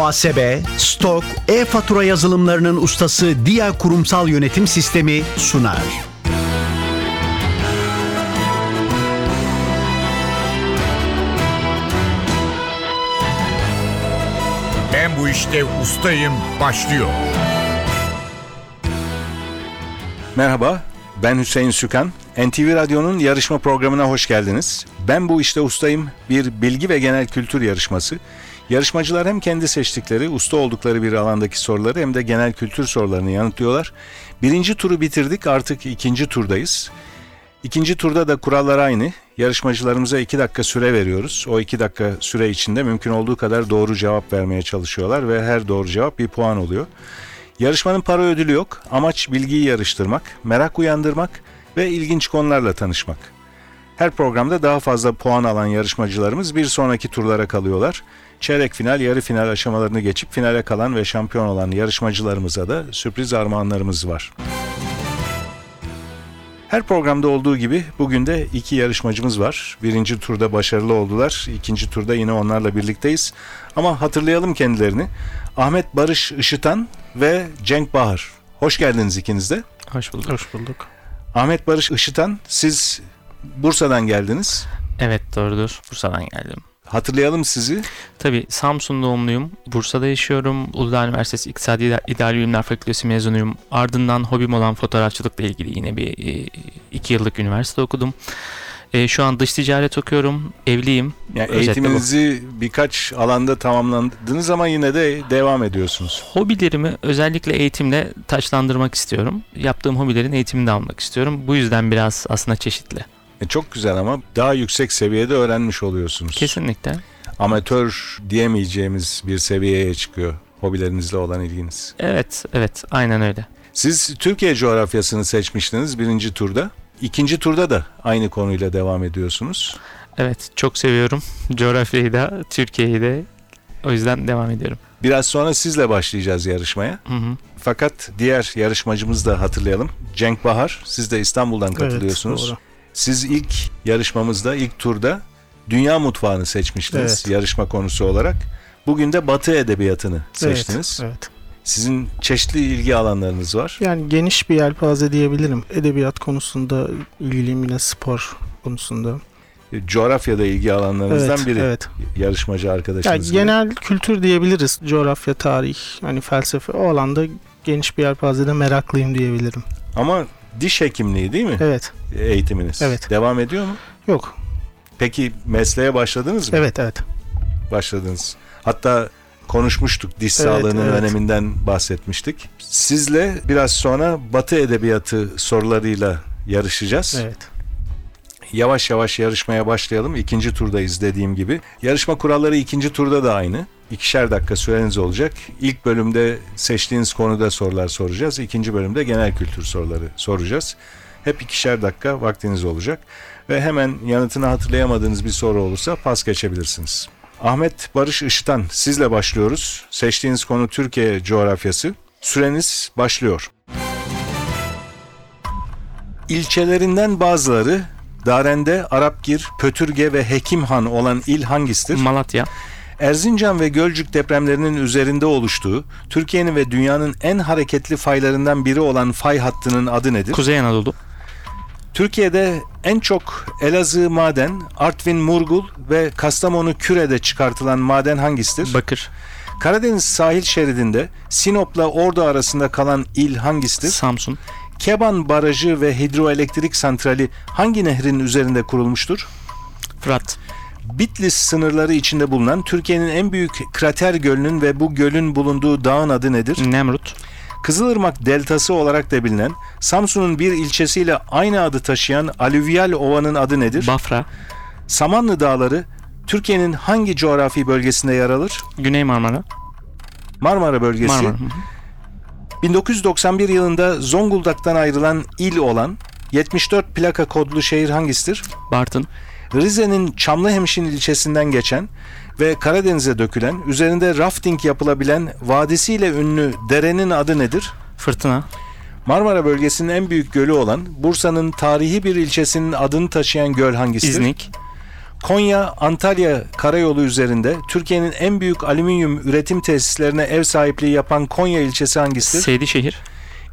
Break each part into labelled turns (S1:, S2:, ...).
S1: muhasebe, stok, e-fatura yazılımlarının ustası Dia Kurumsal Yönetim Sistemi sunar.
S2: Ben bu işte ustayım başlıyor.
S3: Merhaba, ben Hüseyin Sükan. NTV Radyo'nun yarışma programına hoş geldiniz. Ben bu işte ustayım bir bilgi ve genel kültür yarışması. Yarışmacılar hem kendi seçtikleri, usta oldukları bir alandaki soruları hem de genel kültür sorularını yanıtlıyorlar. Birinci turu bitirdik, artık ikinci turdayız. İkinci turda da kurallar aynı. Yarışmacılarımıza 2 dakika süre veriyoruz. O 2 dakika süre içinde mümkün olduğu kadar doğru cevap vermeye çalışıyorlar ve her doğru cevap bir puan oluyor. Yarışmanın para ödülü yok. Amaç bilgiyi yarıştırmak, merak uyandırmak ve ilginç konularla tanışmak. Her programda daha fazla puan alan yarışmacılarımız bir sonraki turlara kalıyorlar. Çeyrek final, yarı final aşamalarını geçip finale kalan ve şampiyon olan yarışmacılarımıza da sürpriz armağanlarımız var. Her programda olduğu gibi bugün de iki yarışmacımız var. Birinci turda başarılı oldular. İkinci turda yine onlarla birlikteyiz. Ama hatırlayalım kendilerini. Ahmet Barış Işıtan ve Cenk Bahar. Hoş geldiniz ikiniz de.
S4: Hoş bulduk. Hoş bulduk.
S3: Ahmet Barış Işıtan siz Bursa'dan geldiniz.
S4: Evet doğrudur. Bursa'dan geldim.
S3: Hatırlayalım sizi.
S4: Tabii Samsun doğumluyum. Bursa'da yaşıyorum. Uludağ Üniversitesi İktisadi İda- İdari Bilimler Fakültesi mezunuyum. Ardından hobim olan fotoğrafçılıkla ilgili yine bir e, iki yıllık üniversite okudum. E, şu an dış ticaret okuyorum. Evliyim.
S3: Yani
S4: Özetle
S3: eğitiminizi birkaç alanda tamamladınız ama yine de devam ediyorsunuz.
S4: Hobilerimi özellikle eğitimle taçlandırmak istiyorum. Yaptığım hobilerin eğitimini de almak istiyorum. Bu yüzden biraz aslında çeşitli.
S3: E çok güzel ama daha yüksek seviyede öğrenmiş oluyorsunuz.
S4: Kesinlikle.
S3: amatör diyemeyeceğimiz bir seviyeye çıkıyor hobilerinizle olan ilginiz.
S4: Evet, evet. Aynen öyle.
S3: Siz Türkiye coğrafyasını seçmiştiniz birinci turda. İkinci turda da aynı konuyla devam ediyorsunuz.
S4: Evet, çok seviyorum. Coğrafyayı da, Türkiye'yi de. O yüzden devam ediyorum.
S3: Biraz sonra sizle başlayacağız yarışmaya.
S4: Hı hı.
S3: Fakat diğer yarışmacımızı da hatırlayalım. Cenk Bahar, siz de İstanbul'dan katılıyorsunuz.
S5: doğru.
S3: Siz ilk yarışmamızda, ilk turda dünya mutfağını seçmiştiniz
S5: Evet.
S3: yarışma konusu olarak. Bugün de Batı edebiyatını seçtiniz.
S5: Evet, evet.
S3: Sizin çeşitli ilgi alanlarınız var.
S5: Yani geniş bir yelpaze diyebilirim. Edebiyat konusunda ilgiliyim yine spor konusunda.
S3: coğrafyada ilgi alanlarınızdan
S5: evet,
S3: biri
S5: evet.
S3: yarışmacı
S5: Yani
S3: arkadaşınız. gibi.
S5: genel kültür diyebiliriz. Coğrafya, tarih, hani felsefe o alanda geniş bir yelpazede meraklıyım diyebilirim.
S3: Ama diş hekimliği değil mi
S5: Evet.
S3: eğitiminiz?
S5: Evet.
S3: Devam ediyor mu?
S5: Yok.
S3: Peki mesleğe başladınız mı?
S5: Evet, evet.
S3: Başladınız. Hatta konuşmuştuk diş
S5: Evet,
S3: sağlığının
S5: evet.
S3: öneminden bahsetmiştik. Sizle biraz sonra Batı edebiyatı sorularıyla yarışacağız.
S5: Evet.
S3: Yavaş yavaş yarışmaya başlayalım. İkinci turdayız dediğim gibi. Yarışma kuralları ikinci turda da aynı. İkişer dakika süreniz olacak. İlk bölümde seçtiğiniz konuda sorular soracağız. İkinci bölümde genel kültür soruları soracağız. Hep ikişer dakika vaktiniz olacak. Ve hemen yanıtını hatırlayamadığınız bir soru olursa pas geçebilirsiniz. Ahmet Barış Işıtan sizle başlıyoruz. Seçtiğiniz konu Türkiye coğrafyası. Süreniz başlıyor. İlçelerinden bazıları Darende, Arapgir, Pötürge ve Hekimhan olan il hangisidir?
S4: Malatya.
S3: Erzincan ve Gölcük depremlerinin üzerinde oluştuğu, Türkiye'nin ve dünyanın en hareketli faylarından biri olan fay hattının adı nedir?
S4: Kuzey Anadolu,
S3: Türkiye'de en çok Elazığ maden, Artvin Murgul ve Kastamonu Küre'de çıkartılan maden hangisidir?
S4: Bakır,
S3: Karadeniz sahil şeridinde Sinop'la Ordu arasında kalan il hangisidir?
S4: Samsun,
S3: Keban Barajı ve hidroelektrik santrali hangi nehrin üzerinde kurulmuştur?
S4: Fırat,
S3: Bitlis sınırları içinde bulunan Türkiye'nin en büyük krater gölünün ve bu gölün bulunduğu dağın adı nedir?
S4: Nemrut,
S3: Kızılırmak Deltası olarak da bilinen Samsun'un bir ilçesiyle aynı adı taşıyan alüvyal ovanın adı nedir?
S4: Bafra,
S3: Samanlı Dağları Türkiye'nin hangi coğrafi bölgesinde yer alır?
S4: Güney Marmara,
S3: Marmara bölgesi.
S4: Marmara. Hı hı.
S3: 1991 yılında Zonguldak'tan ayrılan il olan 74 plaka kodlu şehir hangisidir?
S4: Bartın,
S3: Rize'nin Çamlıhemşin ilçesinden geçen ve Karadeniz'e dökülen, üzerinde rafting yapılabilen vadisiyle ünlü derenin adı nedir?
S4: Fırtına,
S3: Marmara bölgesinin en büyük gölü olan Bursa'nın tarihi bir ilçesinin adını taşıyan göl hangisidir?
S4: İznik,
S3: Konya Antalya karayolu üzerinde Türkiye'nin en büyük alüminyum üretim tesislerine ev sahipliği yapan Konya ilçesi hangisidir?
S4: Seydişehir,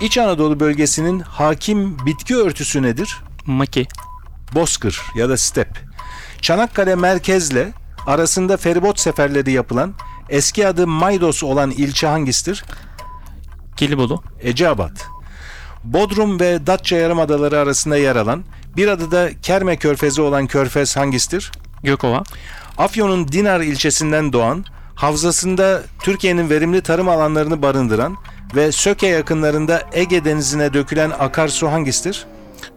S3: İç Anadolu bölgesinin hakim bitki örtüsü nedir?
S4: Maki,
S3: Bozkır ya da step. Çanakkale merkezle arasında feribot seferleri yapılan eski adı Maydos olan ilçe hangisidir?
S4: Gelibolu,
S3: Eceabat. Bodrum ve Datça Yarımadaları arasında yer alan bir adı da Kerme Körfezi olan körfez hangisidir?
S4: Gökova,
S3: Afyon'un Dinar ilçesinden doğan, havzasında Türkiye'nin verimli tarım alanlarını barındıran ve Söke yakınlarında Ege Denizi'ne dökülen akarsu hangisidir?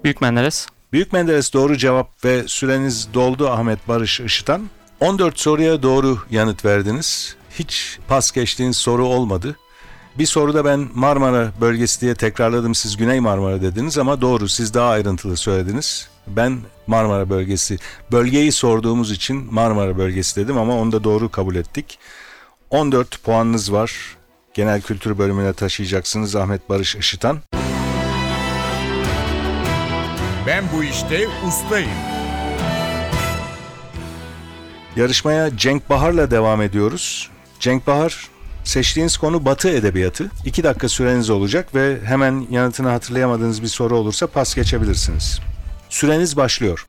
S4: Büyükmenderes,
S3: Büyük Menderes doğru cevap ve süreniz doldu Ahmet Barış Işıtan. 14 soruya doğru yanıt verdiniz. Hiç pas geçtiğiniz soru olmadı. Bir soruda ben Marmara bölgesi diye tekrarladım siz Güney Marmara dediniz ama doğru siz daha ayrıntılı söylediniz. Ben Marmara bölgesi bölgeyi sorduğumuz için Marmara bölgesi dedim ama onu da doğru kabul ettik. 14 puanınız var. Genel kültür bölümüne taşıyacaksınız Ahmet Barış Işıtan.
S2: Ben bu işte ustayım.
S3: Yarışmaya Cenk Bahar'la devam ediyoruz. Cenk Bahar, seçtiğiniz konu Batı edebiyatı. İki dakika süreniz olacak ve hemen yanıtını hatırlayamadığınız bir soru olursa pas geçebilirsiniz. Süreniz başlıyor.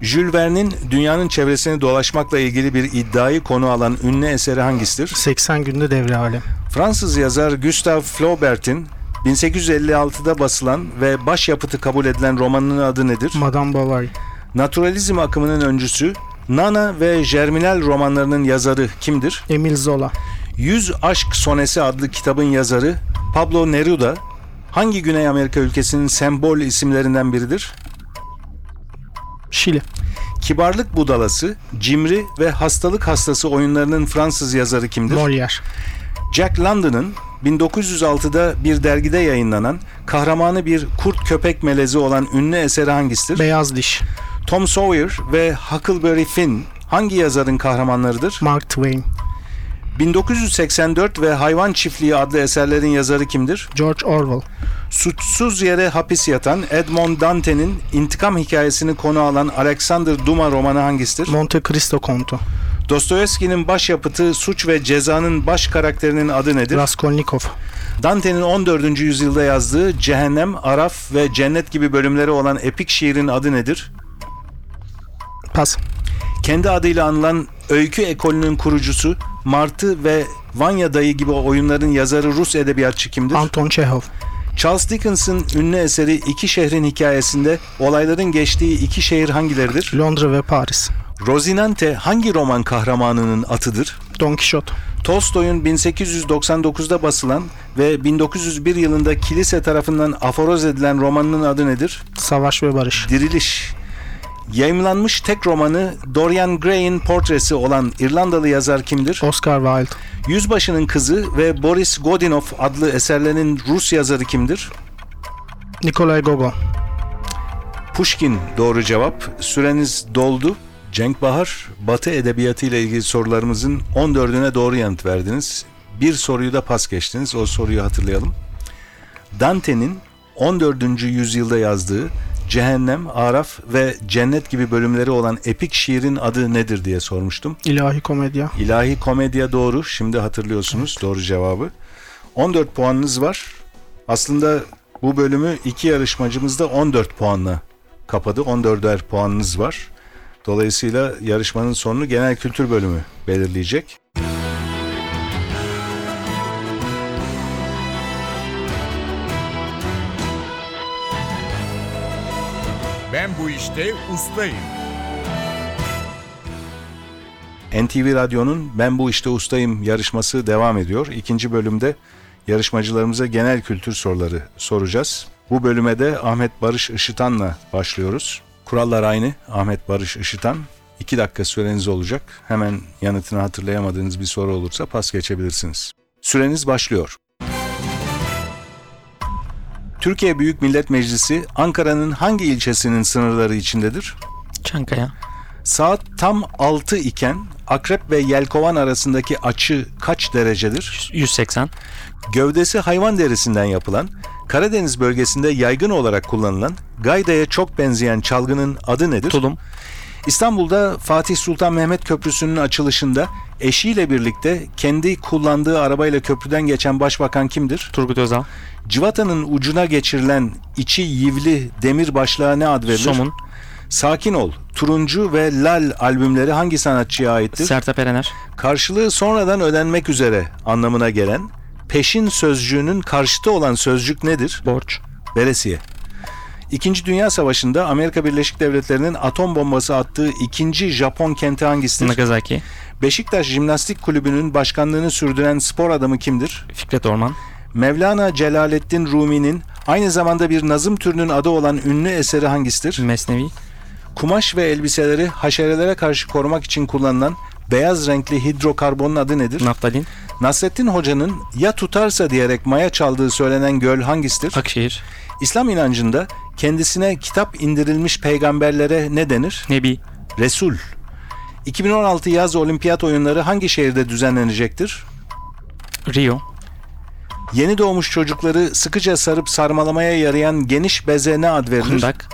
S3: Jules Verne'in dünyanın çevresini dolaşmakla ilgili bir iddiayı konu alan ünlü eseri hangisidir?
S5: 80 günde devre alem.
S3: Fransız yazar Gustave Flaubert'in 1856'da basılan ve başyapıtı kabul edilen romanının adı nedir?
S5: Madame Bovary.
S3: Naturalizm akımının öncüsü Nana ve Germinal romanlarının yazarı kimdir?
S5: Emil Zola.
S3: 100 Aşk Sonesi adlı kitabın yazarı Pablo Neruda hangi Güney Amerika ülkesinin sembol isimlerinden biridir?
S5: Şili.
S3: Kibarlık budalası, cimri ve hastalık hastası oyunlarının Fransız yazarı kimdir?
S5: Molière.
S3: Jack London'ın 1906'da bir dergide yayınlanan kahramanı bir kurt köpek melezi olan ünlü eseri hangisidir?
S5: Beyaz Diş.
S3: Tom Sawyer ve Huckleberry Finn hangi yazarın kahramanlarıdır?
S5: Mark Twain.
S3: 1984 ve Hayvan Çiftliği adlı eserlerin yazarı kimdir?
S5: George Orwell.
S3: Suçsuz yere hapis yatan Edmond Dante'nin intikam hikayesini konu alan Alexander Duma romanı hangisidir?
S5: Monte Cristo Kontu.
S3: Dostoyevski'nin başyapıtı Suç ve Ceza'nın baş karakterinin adı nedir?
S5: Raskolnikov.
S3: Dante'nin 14. yüzyılda yazdığı Cehennem, Araf ve Cennet gibi bölümleri olan epik şiirin adı nedir?
S5: Pas.
S3: Kendi adıyla anılan Öykü Ekolü'nün kurucusu Martı ve Vanya Dayı gibi oyunların yazarı Rus edebiyatçı kimdir?
S5: Anton Chekhov.
S3: Charles Dickens'ın ünlü eseri İki Şehrin Hikayesi'nde olayların geçtiği iki şehir hangileridir?
S5: Londra ve Paris.
S3: Rozinante hangi roman kahramanının atıdır?
S5: Don Quixote.
S3: Tolstoy'un 1899'da basılan ve 1901 yılında kilise tarafından aforoz edilen romanının adı nedir?
S5: Savaş ve Barış.
S3: Diriliş. Yayımlanmış tek romanı Dorian Gray'in portresi olan İrlandalı yazar kimdir?
S5: Oscar Wilde.
S3: Yüzbaşının Kızı ve Boris Godunov adlı eserlerinin Rus yazarı kimdir?
S5: Nikolay Gogol.
S3: Pushkin doğru cevap. Süreniz doldu. Cenk Bahar, Batı Edebiyatı ile ilgili sorularımızın 14'üne doğru yanıt verdiniz. Bir soruyu da pas geçtiniz. O soruyu hatırlayalım. Dante'nin 14. yüzyılda yazdığı Cehennem, Araf ve Cennet gibi bölümleri olan epik şiirin adı nedir diye sormuştum.
S5: İlahi Komedya.
S3: İlahi komedya doğru. Şimdi hatırlıyorsunuz doğru cevabı. 14 puanınız var. Aslında bu bölümü iki yarışmacımız da 14 puanla kapadı. 14'er puanınız var. Dolayısıyla yarışmanın sonunu genel kültür bölümü belirleyecek.
S2: Ben bu işte ustayım.
S3: NTV Radyo'nun Ben Bu İşte Ustayım yarışması devam ediyor. İkinci bölümde yarışmacılarımıza genel kültür soruları soracağız. Bu bölüme de Ahmet Barış Işıtan'la başlıyoruz. Kurallar aynı. Ahmet Barış Işıtan. 2 dakika süreniz olacak. Hemen yanıtını hatırlayamadığınız bir soru olursa pas geçebilirsiniz. Süreniz başlıyor. Türkiye Büyük Millet Meclisi Ankara'nın hangi ilçesinin sınırları içindedir?
S4: Çankaya,
S3: Saat tam 6 iken akrep ve yelkovan arasındaki açı kaç derecedir?
S4: 180,
S3: Gövdesi hayvan derisinden yapılan, Karadeniz bölgesinde yaygın olarak kullanılan gaydaya çok benzeyen çalgının adı nedir?
S4: Tulum.
S3: İstanbul'da Fatih Sultan Mehmet Köprüsü'nün açılışında eşiyle birlikte kendi kullandığı arabayla köprüden geçen başbakan kimdir?
S4: Turgut Özal.
S3: Civata'nın ucuna geçirilen içi yivli demir başlığa ne ad verilir?
S4: Somun.
S3: Sakin Ol, Turuncu ve Lal albümleri hangi sanatçıya aittir?
S4: Sertab Erener.
S3: Karşılığı sonradan ödenmek üzere anlamına gelen peşin sözcüğünün karşıtı olan sözcük nedir?
S4: Borç.
S3: Veresiye. İkinci Dünya Savaşı'nda Amerika Birleşik Devletleri'nin atom bombası attığı ikinci Japon kenti hangisidir?
S4: Nagasaki.
S3: Beşiktaş Jimnastik Kulübü'nün başkanlığını sürdüren spor adamı kimdir?
S4: Fikret Orman.
S3: Mevlana Celaleddin Rumi'nin aynı zamanda bir nazım türünün adı olan ünlü eseri hangisidir?
S4: Mesnevi.
S3: Kumaş ve elbiseleri haşerelere karşı korumak için kullanılan beyaz renkli hidrokarbonun adı nedir?
S4: Naftalin.
S3: Nasrettin Hoca'nın ya tutarsa diyerek maya çaldığı söylenen göl hangisidir?
S4: Akşehir.
S3: İslam inancında kendisine kitap indirilmiş peygamberlere ne denir?
S4: Nebi.
S3: Resul. 2016 yaz olimpiyat oyunları hangi şehirde düzenlenecektir?
S4: Rio.
S3: Yeni doğmuş çocukları sıkıca sarıp sarmalamaya yarayan geniş beze ne ad verilir?
S4: Kundak.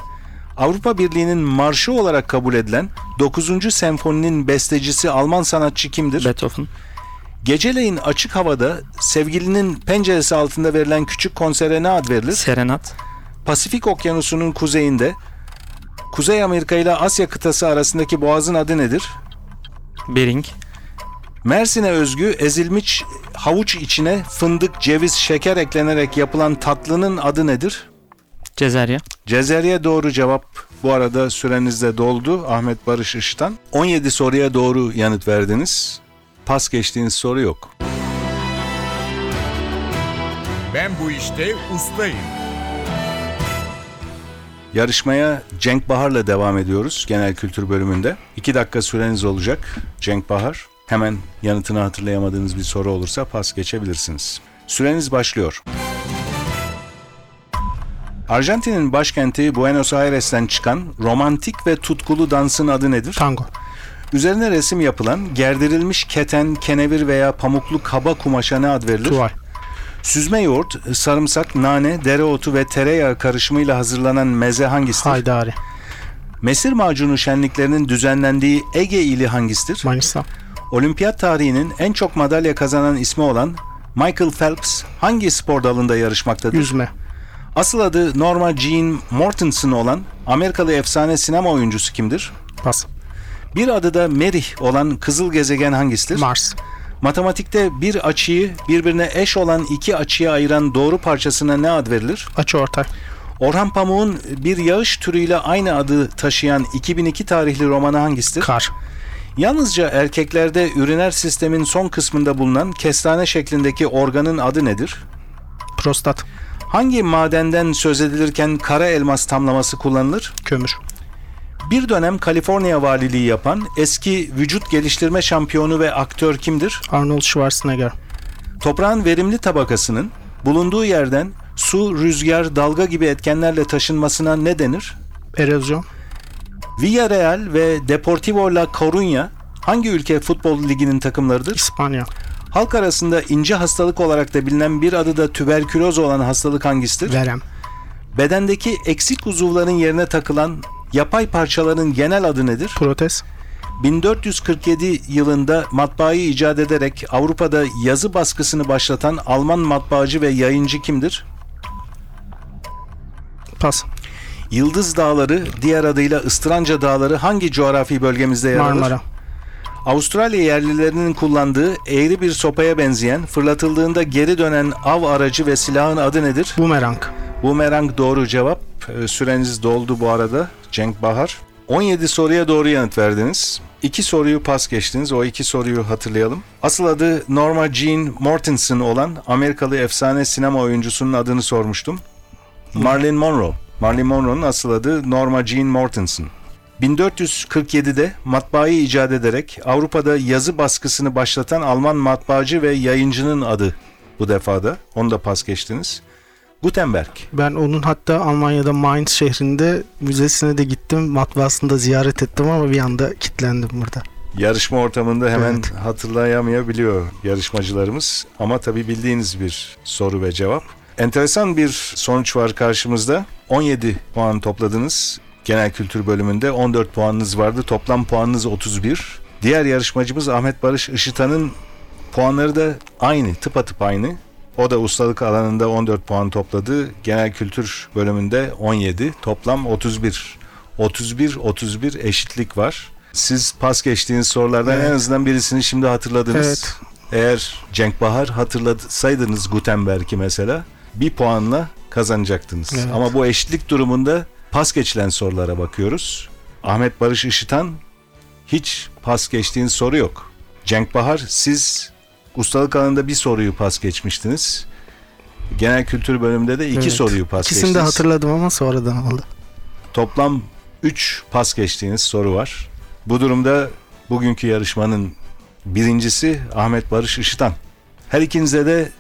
S3: Avrupa Birliği'nin marşı olarak kabul edilen 9. senfoninin bestecisi Alman sanatçı kimdir?
S4: Beethoven.
S3: Geceleyin açık havada sevgilinin penceresi altında verilen küçük konsere ne ad verilir?
S4: Serenat.
S3: Pasifik Okyanusu'nun kuzeyinde Kuzey Amerika ile Asya kıtası arasındaki boğazın adı nedir?
S4: Bering.
S3: Mersin'e özgü ezilmiş havuç içine fındık, ceviz, şeker eklenerek yapılan tatlının adı nedir?
S4: Cezerya.
S3: Cezeriye doğru cevap bu arada sürenizde doldu Ahmet Barış Işıtan. 17 soruya doğru yanıt verdiniz. Pas geçtiğiniz soru yok.
S2: Ben bu işte ustayım.
S3: Yarışmaya Cenk Bahar'la devam ediyoruz genel kültür bölümünde. 2 dakika süreniz olacak Cenk Bahar. Hemen yanıtını hatırlayamadığınız bir soru olursa pas geçebilirsiniz. Süreniz başlıyor. Arjantin'in başkenti Buenos Aires'ten çıkan romantik ve tutkulu dansın adı nedir?
S5: Tango.
S3: Üzerine resim yapılan gerdirilmiş keten, kenevir veya pamuklu kaba kumaşa ne ad verilir?
S5: Tuval.
S3: Süzme yoğurt, sarımsak, nane, dereotu ve tereyağı karışımıyla hazırlanan meze hangisidir?
S5: Haydari.
S3: Mesir macunu şenliklerinin düzenlendiği Ege ili hangisidir?
S5: Manisa.
S3: Olimpiyat tarihinin en çok madalya kazanan ismi olan Michael Phelps hangi spor dalında yarışmaktadır?
S5: Yüzme.
S3: Asıl adı Norma Jean Mortensen olan Amerikalı efsane sinema oyuncusu kimdir?
S5: Pas.
S3: Bir adı da Merih olan kızıl gezegen hangisidir?
S5: Mars.
S3: Matematikte bir açıyı birbirine eş olan iki açıya ayıran doğru parçasına ne ad verilir?
S5: Açı ortay.
S3: Orhan Pamuk'un bir yağış türüyle aynı adı taşıyan 2002 tarihli romanı hangisidir?
S5: Kar.
S3: Yalnızca erkeklerde üriner sistemin son kısmında bulunan kestane şeklindeki organın adı nedir?
S5: Prostat.
S3: Hangi madenden söz edilirken kara elmas tamlaması kullanılır?
S5: Kömür.
S3: Bir dönem Kaliforniya valiliği yapan eski vücut geliştirme şampiyonu ve aktör kimdir?
S5: Arnold Schwarzenegger.
S3: Toprağın verimli tabakasının bulunduğu yerden su, rüzgar, dalga gibi etkenlerle taşınmasına ne denir?
S5: Erozyon.
S3: Villarreal ve Deportivo La Coruña hangi ülke futbol liginin takımlarıdır?
S5: İspanya.
S3: Halk arasında ince hastalık olarak da bilinen bir adı da tüberküloz olan hastalık hangisidir?
S5: Verem.
S3: Bedendeki eksik uzuvların yerine takılan yapay parçaların genel adı nedir?
S5: Protez.
S3: 1447 yılında matbaayı icat ederek Avrupa'da yazı baskısını başlatan Alman matbaacı ve yayıncı kimdir?
S5: Pas.
S3: Yıldız Dağları, diğer adıyla Istranca Dağları hangi coğrafi bölgemizde yer alır?
S5: Marmara.
S3: Avustralya yerlilerinin kullandığı eğri bir sopaya benzeyen, fırlatıldığında geri dönen av aracı ve silahın adı nedir?
S5: Bumerang.
S3: Bumerang doğru cevap. Ee, Süreniz doldu bu arada. Cenk Bahar. 17 soruya doğru yanıt verdiniz. İki soruyu pas geçtiniz. O iki soruyu hatırlayalım. Asıl adı Norma Jean Mortensen olan Amerikalı efsane sinema oyuncusunun adını sormuştum. Marilyn Monroe. Marilyn Monroe'nun asıl adı Norma Jean Mortensen. 1447'de matbaayı icat ederek Avrupa'da yazı baskısını başlatan Alman matbaacı ve yayıncının adı bu defada. Onu da pas geçtiniz. Gutenberg.
S5: Ben onun hatta Almanya'da Mainz şehrinde müzesine de gittim. Matbaasını da ziyaret ettim ama bir anda kilitlendim burada.
S3: Yarışma ortamında hemen
S5: Evet.
S3: hatırlayamayabiliyor yarışmacılarımız. Ama tabii bildiğiniz bir soru ve cevap. Enteresan bir sonuç var karşımızda. 17 puan topladınız. Genel kültür bölümünde 14 puanınız vardı. Toplam puanınız 31. Diğer yarışmacımız Ahmet Barış Işıtan'ın puanları da aynı, tıpatıp aynı. O da ustalık alanında 14 puan topladı. Genel kültür bölümünde 17. Toplam 31. 31-31 eşitlik var. Siz pas geçtiğiniz sorulardan en azından birisini şimdi hatırladınız.
S5: Evet.
S3: Eğer Cenk Bahar hatırlatsaydınız Gutenberg'i mesela bir puanla kazanacaktınız.
S5: Evet.
S3: Ama bu eşitlik durumunda pas geçilen sorulara bakıyoruz. Ahmet Barış Işıtan hiç pas geçtiğiniz soru yok. Cenk Bahar siz ustalık alanında bir soruyu pas geçmiştiniz. Genel kültür bölümünde de iki
S5: Evet.
S3: soruyu pas
S5: İkisini de
S3: geçtiniz.
S5: hatırladım ama sonradan oldu.
S3: Toplam 3 pas geçtiğiniz soru var. Bu durumda bugünkü yarışmanın birincisi Ahmet Barış Işıtan. Her ikinize de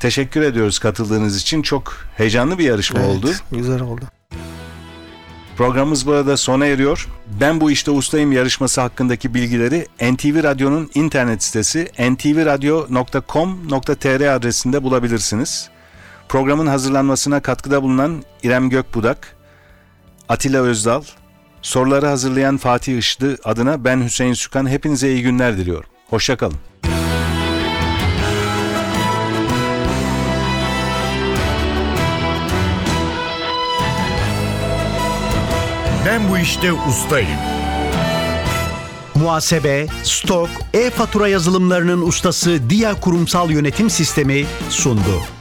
S3: teşekkür ediyoruz katıldığınız için. Çok heyecanlı bir yarışma
S5: Evet,
S3: oldu.
S5: Güzel oldu.
S3: Programımız burada sona eriyor. Ben bu işte ustayım yarışması hakkındaki bilgileri NTV Radyo'nun internet sitesi ntvradio.com.tr adresinde bulabilirsiniz. Programın hazırlanmasına katkıda bulunan İrem Gökbudak, Atilla Özdal, soruları hazırlayan Fatih Işıdı adına ben Hüseyin Sükan hepinize iyi günler diliyorum. Hoşçakalın.
S2: Ben bu işte ustayım.
S1: Muhasebe, stok, e-fatura yazılımlarının ustası Dia Kurumsal Yönetim Sistemi sundu.